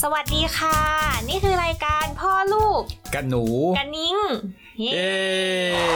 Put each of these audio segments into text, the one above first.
สวัสดีค่ะ นี่คือรายการพ่อลูก กันหนู กันนิ้งเย้ เย้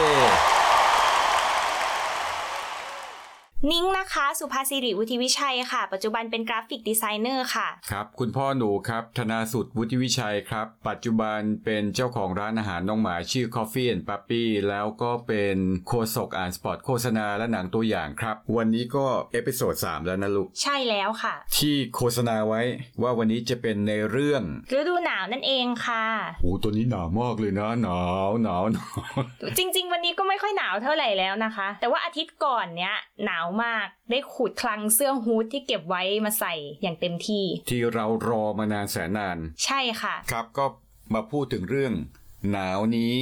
นิ้งนะคะ สุภาสิริวุฒิวิชัยค่ะ ปัจจุบันเป็นกราฟิกดีไซเนอร์ค่ะ ครับ คุณพ่อหนูครับ ธนาสุดวุฒิวิชัยครับ ปัจจุบันเป็นเจ้าของร้านอาหารน้องหมาชื่อ Coffee and Puppy แล้วก็เป็นโคศกอ่านสปอร์ตโฆษณาและหนังตัวอย่างครับ วันนี้ก็เอพิโซด3แล้วนะลูก ใช่แล้วค่ะ ที่โฆษณาไว้ว่าวันนี้จะเป็นในเรื่อง ฤดูหนาวนั่นเองค่ะ โอ้ตัวนี้หนาวมากเลยนะ หนาวหนาวหนาว จริง ๆ วันนี้ก็ไม่ค่อยหนาวเท่าไหร่แล้วนะคะ แต่ว่าอาทิตย์ก่อนเนี้ยหนาวมาก ได้ขูดคลังเสื้อฮูดที่เก็บไว้มาใส่อย่างเต็มที่ ที่เรารอมานานแสนนาน ใช่ค่ะ ครับก็มาพูดถึงเรื่อง หนาวนี้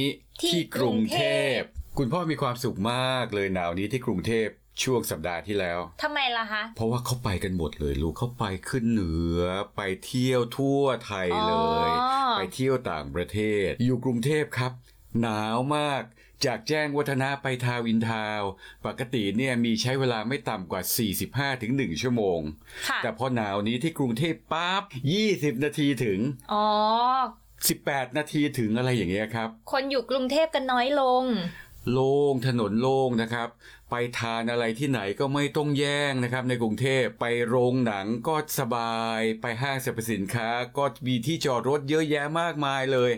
ที่กรุงเทพ คุณพ่อมีความสุขมากเลยหนาวนี้ที่กรุงเทพช่วงสัปดาห์ที่แล้ว ทำไมล่ะคะ เพราะว่าเขาไปกันหมดเลยลูกเขาไปขึ้นเหนือ ไปเที่ยวทั่วไทยเลย อ๋อ ไปเที่ยวต่างประเทศ อยู่กรุงเทพครับ หนาวมาก จากแจ้งวัฒนะไปทาวน์อินทาวน์ปกติเนี่ยมีใช้เวลาไม่ต่ำกว่า 45-1 ชั่วโมง ค่ะ แต่พอหนาวนี้ที่กรุงเทพปั๊บ20 นาทีถึง อ๋อ 18 นาทีถึงอะไรอย่างเงี้ยครับ คนอยู่กรุงเทพกันน้อยลง โล่งถนนโล่งนะครับ ไปทานอะไรที่ไหนก็ไม่ต้องแย่งนะครับ ในกรุงเทพไปโรงหนังก็สบาย ไปห้างสรรพสินค้าก็มีที่จอดรถเยอะแยะมากมายเลย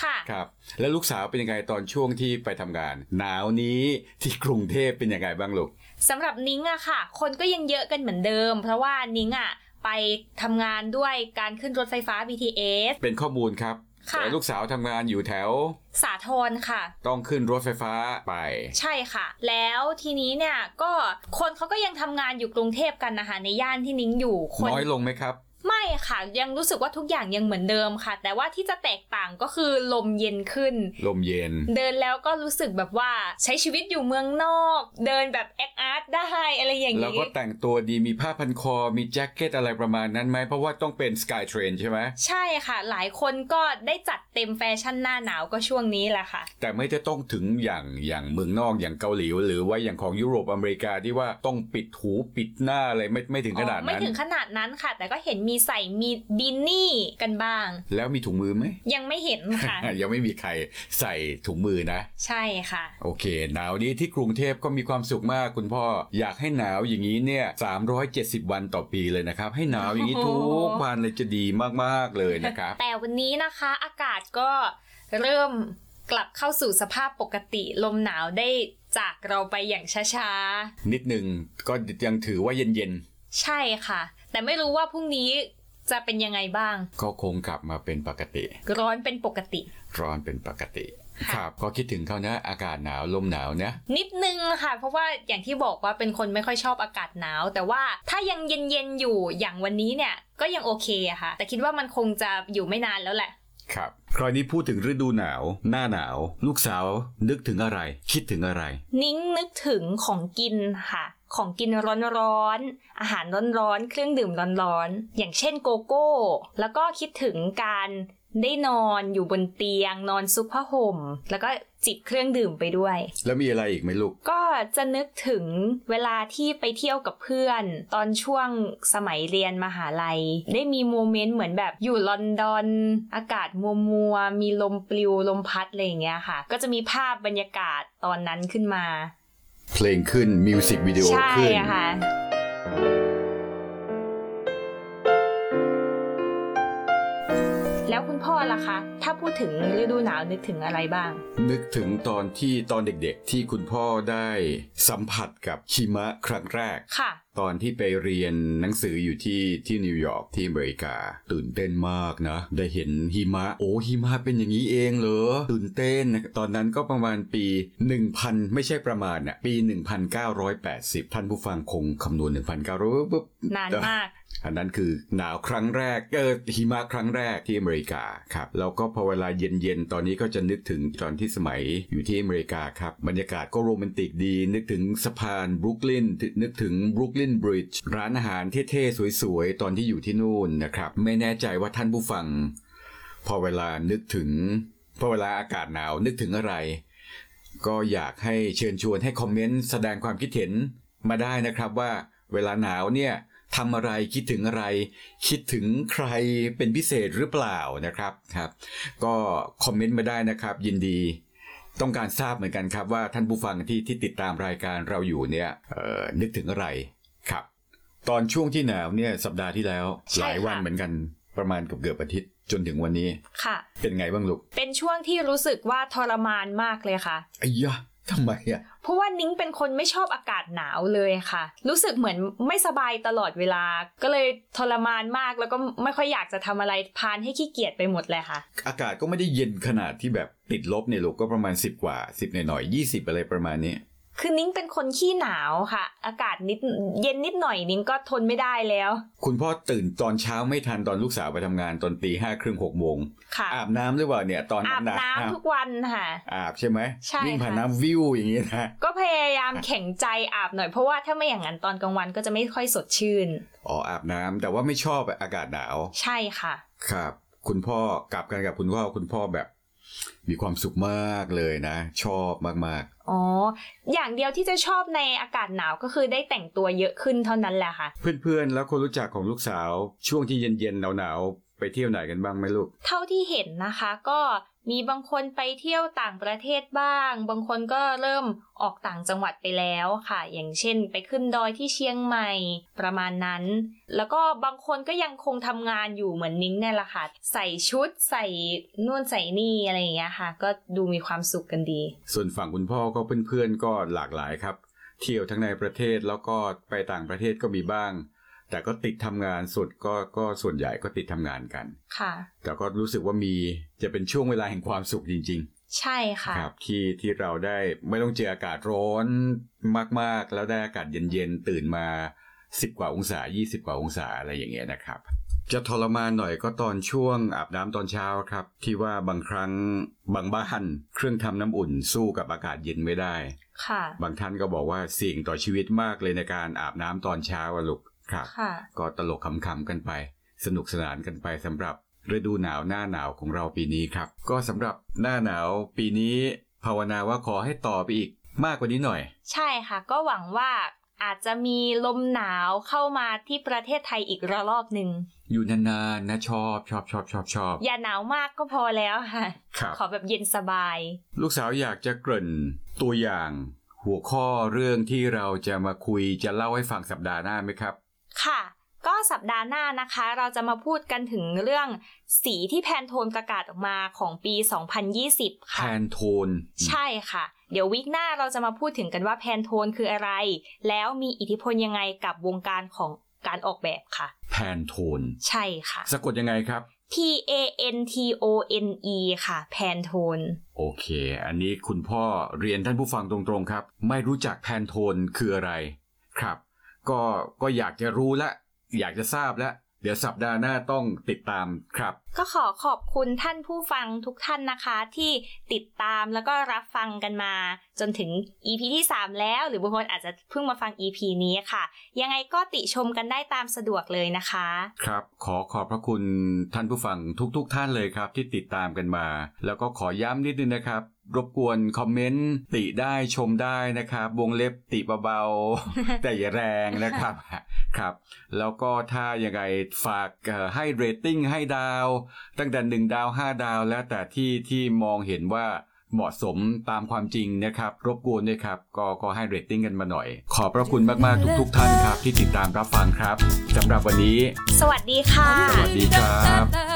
ค่ะ ครับ แล้วลูกสาวเป็นยังไงตอนช่วงที่ไปทำงาน หนาวนี้ที่กรุงเทพเป็นยังไงบ้างลูก สำหรับนิ้งอะค่ะ คนก็ยังเยอะกันเหมือนเดิม เพราะว่านิ้งอะไปทำงานด้วยการขึ้นรถไฟฟ้า BTS เป็นข้อมูลครับ ค่ะ แต่ลูกสาวทำงานอยู่แถว สาทรค่ะ ต้องขึ้นรถไฟฟ้าไป ใช่ค่ะ แล้วทีนี้เนี่ยก็คนเขาก็ยังทำงานอยู่กรุงเทพกันนะคะในย่านที่นิ้งอยู่คน น้อยลงไหมครับ ไม่ค่ะ ยังรู้สึกว่าทุกอย่างยังเหมือนเดิมค่ะ แต่ว่าที่จะแตกต่างก็คือลมเย็นขึ้น ลมเย็น เดินแล้วก็รู้สึกแบบว่าใช้ชีวิตอยู่เมืองนอก เดินแบบแอคอาร์ตได้อะไรอย่าง แล้ว นี้ ก็แต่งตัวดีมีผ้าพันคอมีแจ็คเก็ตอะไรประมาณนั้นไหม เพราะว่าต้องเป็นสกายเทรนใช่ไหม ใช่ค่ะ หลายคนก็ได้จัดเต็มแฟชั่นหน้าหนาวก็ช่วงนี้แหละค่ะ แต่ไม่ได้ต้องถึงอย่างอย่างเมืองนอกอย่างเกาหลีหรือว่าอย่างของยุโรปอเมริกาที่ว่าต้องปิดหูปิดหน้าอะไรไม่ไม่ถึงขนาด อ๋อไม่ นั้น ถึงขนาดนั้นค่ะ แต่ก็เห็นมีใส่มีบินนี่กันบ้าง แล้วมีถุงมือไหม ยังไม่เห็นค่ะ ยังไม่มีใครใส่ถุงมือนะ ใช่ค่ะ โอเค หนาวนี้ที่กรุงเทพก็มีความสุขมากคุณพ่อ อยากให้หนาวอย่างนี้เนี่ย 370 วันต่อปีเลยนะครับ ให้หนาวอย่างนี้ โอ้ ทุ โห กวันเลยจะดีมากๆเลยนะครับ แต่วันนี้นะคะอากาศก็เริ่มกลับเข้าสู่สภาพปกติลมหนาวได้จากเราไปอย่างช้า นิดหนึ่งก็ยังถือว่าเย็นๆ ๆ ใช่ค่ะ แต่ไม่รู้ว่าพรุ่งนี้จะเป็นยังไงบ้าง ก็คงกลับมาเป็นปกติ ร้อนเป็นปกติ ร้อนเป็นปกติ ค่ะ ครับ ก็คิดถึงเขานะ อากาศหนาว ลมหนาวนะ นิดนึงค่ะ เพราะว่าอย่างที่บอกว่าเป็นคนไม่ค่อยชอบอากาศหนาว แต่ว่าถ้ายังเย็นๆอยู่อย่างวันนี้เนี่ยก็ยังโอเคอะค่ะ แต่คิดว่ามันคงจะอยู่ไม่นานแล้วแหละ ครับ คราวนี้พูดถึงฤดูหนาว หน้าหนาว ลูกสาวนึกถึงอะไร คิดถึงอะไร นิ้งนึกถึงของกินค่ะ ของกินร้อนๆ อาหารร้อนๆ เครื่องดื่มร้อนๆ อย่างเช่นโกโก้ แล้วก็คิดถึงการได้นอนอยู่บนเตียง นอนซุปผ้าห่ม แล้วก็จิบเครื่องดื่มไปด้วย แล้วมีอะไรอีกไหมลูก ก็จะนึกถึงเวลาที่ไปเที่ยวกับเพื่อน ตอนช่วงสมัยเรียนมหาลัย ได้มีโมเมนต์เหมือนแบบอยู่ลอนดอน อากาศมัวมัวๆมีลมปลิวลมพัดอะไรอย่างเงี้ยค่ะ ก็จะมีภาพบรรยากาศตอนนั้นขึ้นมา เพลงขึ้น มิวสิกวิดีโอ ใช่ ขึ้น ค่ะ แล้วคุณพ่อล่ะคะ ถ้าพูดถึงฤดูหนาวนึกถึงอะไรบ้าง นึกถึงตอนที่ตอนเด็กๆ ที่คุณพ่อได้สัมผัสกับหิมะครั้งแรก ค่ะ ตอนที่ไปเรียนหนังสืออยู่ที่ที่นิวยอร์กที่อเมริกา ตื่นเต้นมากนะ ได้เห็นหิมะ โอ้หิมะเป็นอย่างนี้เองเหรอ ตื่นเต้นนะตอนนั้นก็ประมาณปี 1000 ไม่ใช่ประมาณน่ะปี 1980 ท่านผู้ฟังคงคำนวณ 1,900ปุ๊บ นานมาก อันนั้นคือหนาวครั้งแรกเออหิมะครั้งแรกที่อเมริกาครับแล้วก็พอเวลาเย็นๆ ตอนนี้ก็จะนึกถึงตอนที่สมัยอยู่ที่อเมริกาครับ บรรยากาศก็โรแมนติกดี นึกถึงสะพานบรุกลินนึกถึงบรุกลินบริดจ์ร้านอาหารเท่ๆ สวยๆ ตอนที่อยู่ที่นู่นนะครับ ไม่แน่ใจว่าท่านผู้ฟัง พอเวลานึกถึง พอเวลาอากาศหนาวนึกถึงอะไร ก็อยากให้เชิญชวนให้คอมเมนต์แสดงความคิดเห็นมาได้นะครับว่าเวลาหนาวเนี่ยทำอะไรคิดถึงอะไร คิดถึงใครเป็นพิเศษหรือเปล่านะครับครับ ก็คอมเมนต์มาได้นะครับ ยินดี ต้องการทราบเหมือนกันครับว่าท่านผู้ฟังที่ที่ติดตามรายการเราอยู่เนี่ยเอ่อนึกถึงอะไรครับ ตอนช่วงที่หนาวเนี่ยสัปดาห์ที่แล้ว ใช่ หลายวัน ค่ะ เหมือนกันประมาณเกือบเกือบๆอาทิตย์จนถึงวันนี้ ค่ะ เป็นไงบ้างลูก เป็นช่วงที่รู้สึกว่าทรมานมากเลยค่ะ ไอ้ยะทำไมอ่ะ เพราะว่านิ้งเป็นคนไม่ชอบอากาศหนาวเลยค่ะ รู้สึกเหมือนไม่สบายตลอดเวลา ก็เลยทรมานมากแล้วก็ไม่ค่อยอยากจะทำอะไรพานให้ขี้เกียจไปหมดเลยค่ะ อากาศก็ไม่ได้เย็นขนาดที่แบบติดลบเนี่ยลูกก็ประมาณ 10 กว่า 10หน่อยๆ20 อะไรประมาณนี้ คือนิ้งเป็นคนขี้หนาวค่ะ อากาศนิดเย็นนิดหน่อยนิ้งก็ทนไม่ได้แล้ว คุณพ่อตื่นตอนเช้าไม่ทันตอนลูกสาวไปทำงานตอนตีห้าครึ่งหกโมง ค่ะ อาบน้ำหรือเปล่าเนี่ยตอน อาบ น้ำหนัก น้ำ อาบ ทุกวันค่ะ อาบใช่ไหม ใช่ วิ่งผ่าน ค่ะ น้ำวิวอย่างนี้นะ ก็พยายามแข็งใจอาบหน่อยเพราะว่าถ้าไม่อย่างนั้นตอนกลางวันก็จะไม่ค่อยสดชื่น อ๋ออาบน้ำแต่ว่าไม่ชอบอากาศหนาว ใช่ค่ะ ครับ คุณพ่อกลับกันกับคุณพ่อคุณพ่อแบบ มีความสุขมากเลยนะ ชอบมาก อ๋อ อย่างเดียวที่จะชอบในอากาศหนาวก็คือได้แต่งตัวเยอะขึ้นเท่านั้นแหละค่ะ ๆ เพื่อนๆ แล้วคนรู้จักของลูกสาว ช่วงที่เย็นๆหนาวๆไปเที่ยวไหนกันบ้างไหมลูก เท่าที่เห็นนะคะก็มีบางคนไปเที่ยวต่างประเทศบ้าง บางคนก็เริ่มออกต่างจังหวัดไปแล้วค่ะ อย่างเช่น ไปขึ้นดอยที่เชียงใหม่ประมาณนั้น แล้วก็บางคนก็ยังคงทำงานอยู่เหมือนนิ้งเนี่ยแหละค่ะ ใส่ชุดใส่นู่นใส่นี่อะไรอย่างเงี้ยค่ะ ก็ดูมีความสุขกันดี ส่วนฝั่งคุณพ่อก็เพื่อนๆก็หลากหลายครับ เที่ยวทั้งในประเทศแล้วก็ไปต่างประเทศก็มีบ้าง แต่ก็ติดทำงานสุดก็ก็ส่วนใหญ่ก็ติดทำงานกัน ค่ะ แต่ก็รู้สึกว่ามีจะเป็นช่วงเวลาแห่งความสุขจริง ใช่ค่ะ ๆ ครับที่ที่เราได้ไม่ต้องเจออากาศร้อนมากๆ แล้วได้อากาศเย็นๆ ตื่นมา 10 กว่าองศา 20 กว่าองศาอะไรอย่างเงี้ยนะครับ จะทรมานหน่อยก็ตอนช่วงอาบน้ำตอนเช้าครับ ที่ว่าบางครั้งบางบ้านเครื่องทำน้ำอุ่นสู้กับอากาศเย็นไม่ได้ ค่ะ บางท่านก็บอกว่าเสี่ยงต่อชีวิตมากเลยในการอาบน้ำตอนเช้าอะลูกครับ ค่ะ ก็ตลกขำๆกันไป สนุกสนานกันไปสำหรับฤดูหนาวหน้าหนาวของเราปีนี้ครับ ก็สำหรับหน้าหนาวปีนี้ ภาวนาว่าขอให้ต่อไปอีกมากกว่านี้หน่อย ใช่ค่ะ ก็หวังว่าอาจจะมีลมหนาวเข้ามาที่ประเทศไทยอีกระลอกหนึ่ง อยู่นานๆนะชอบชอบชอบชอบชอบ อย่าหนาวมากก็พอแล้วค่ะ ครับ ขอแบบเย็นสบาย ลูกสาวอยากจะเกริ่นตัวอย่าง หัวข้อเรื่องที่เราจะมาคุยจะเล่าให้ฟังสัปดาห์หน้าไหมครับ ค่ะ ก็สัปดาห์หน้านะคะ เราจะมาพูดกันถึงเรื่องสีที่แพนโทนประกาศออกมาของปี 2020 แท ค่ะ นโทน ใช่ค่ะ เดี๋ยววิกหน้าเราจะมาพูดถึงกันว่าแพนโทนคืออะไร แล้วมีอิทธิพลยังไงกับวงการของการออกแบบค่ะ แพนโทน ใช่ค่ะ สะกดยังไงครับ P A N T O N E ค่ะ แพนโทน โอเค อันนี้คุณพ่อเรียนท่านผู้ฟังตรงๆครับ ไม่รู้จักแพนโทนคืออะไรครับ ก็ก็อยากจะรู้และ อยากจะทราบและเดี๋ยวสัปดาห์หน้าต้องติดตามครับ ก็ขอขอบคุณท่านผู้ฟังทุกท่านนะคะ ที่ติดตามแล้วก็รับฟังกันมา จนถึง EP ที่ 3 แล้ว หรือบางคนอาจจะเพิ่งมาฟัง EP นี้ค่ะ ยังไงก็ติชมกันได้ตามสะดวกเลยนะคะ ครับ ขอขอบพระคุณท่านผู้ฟังทุกๆ ท่านเลยครับ ที่ติดตามกันมา แล้วก็ขอย้ำนิดนึงนะครับ รบกวนคอมเมนต์ติได้ชมได้นะครับ วงเล็บติเบาๆ แต่อย่าแรงนะครับ ครับ แล้วก็ถ้ายังไงฝากเอ่อให้เรตติ้งให้ดาว ตั้งแต่ 1 ดาว 5 ดาว แล้วแต่ที่ที่มองเห็นว่าเหมาะสมตามความจริงนะครับ รบกวนด้วยครับ ก็ก็ให้เรตติ้งกันมาหน่อย ขอบพระคุณมากๆทุก ๆ ท่านครับ ที่ติดตามรับฟังครับสำหรับวันนี้ สวัสดีค่ะ สวัสดีครับ บ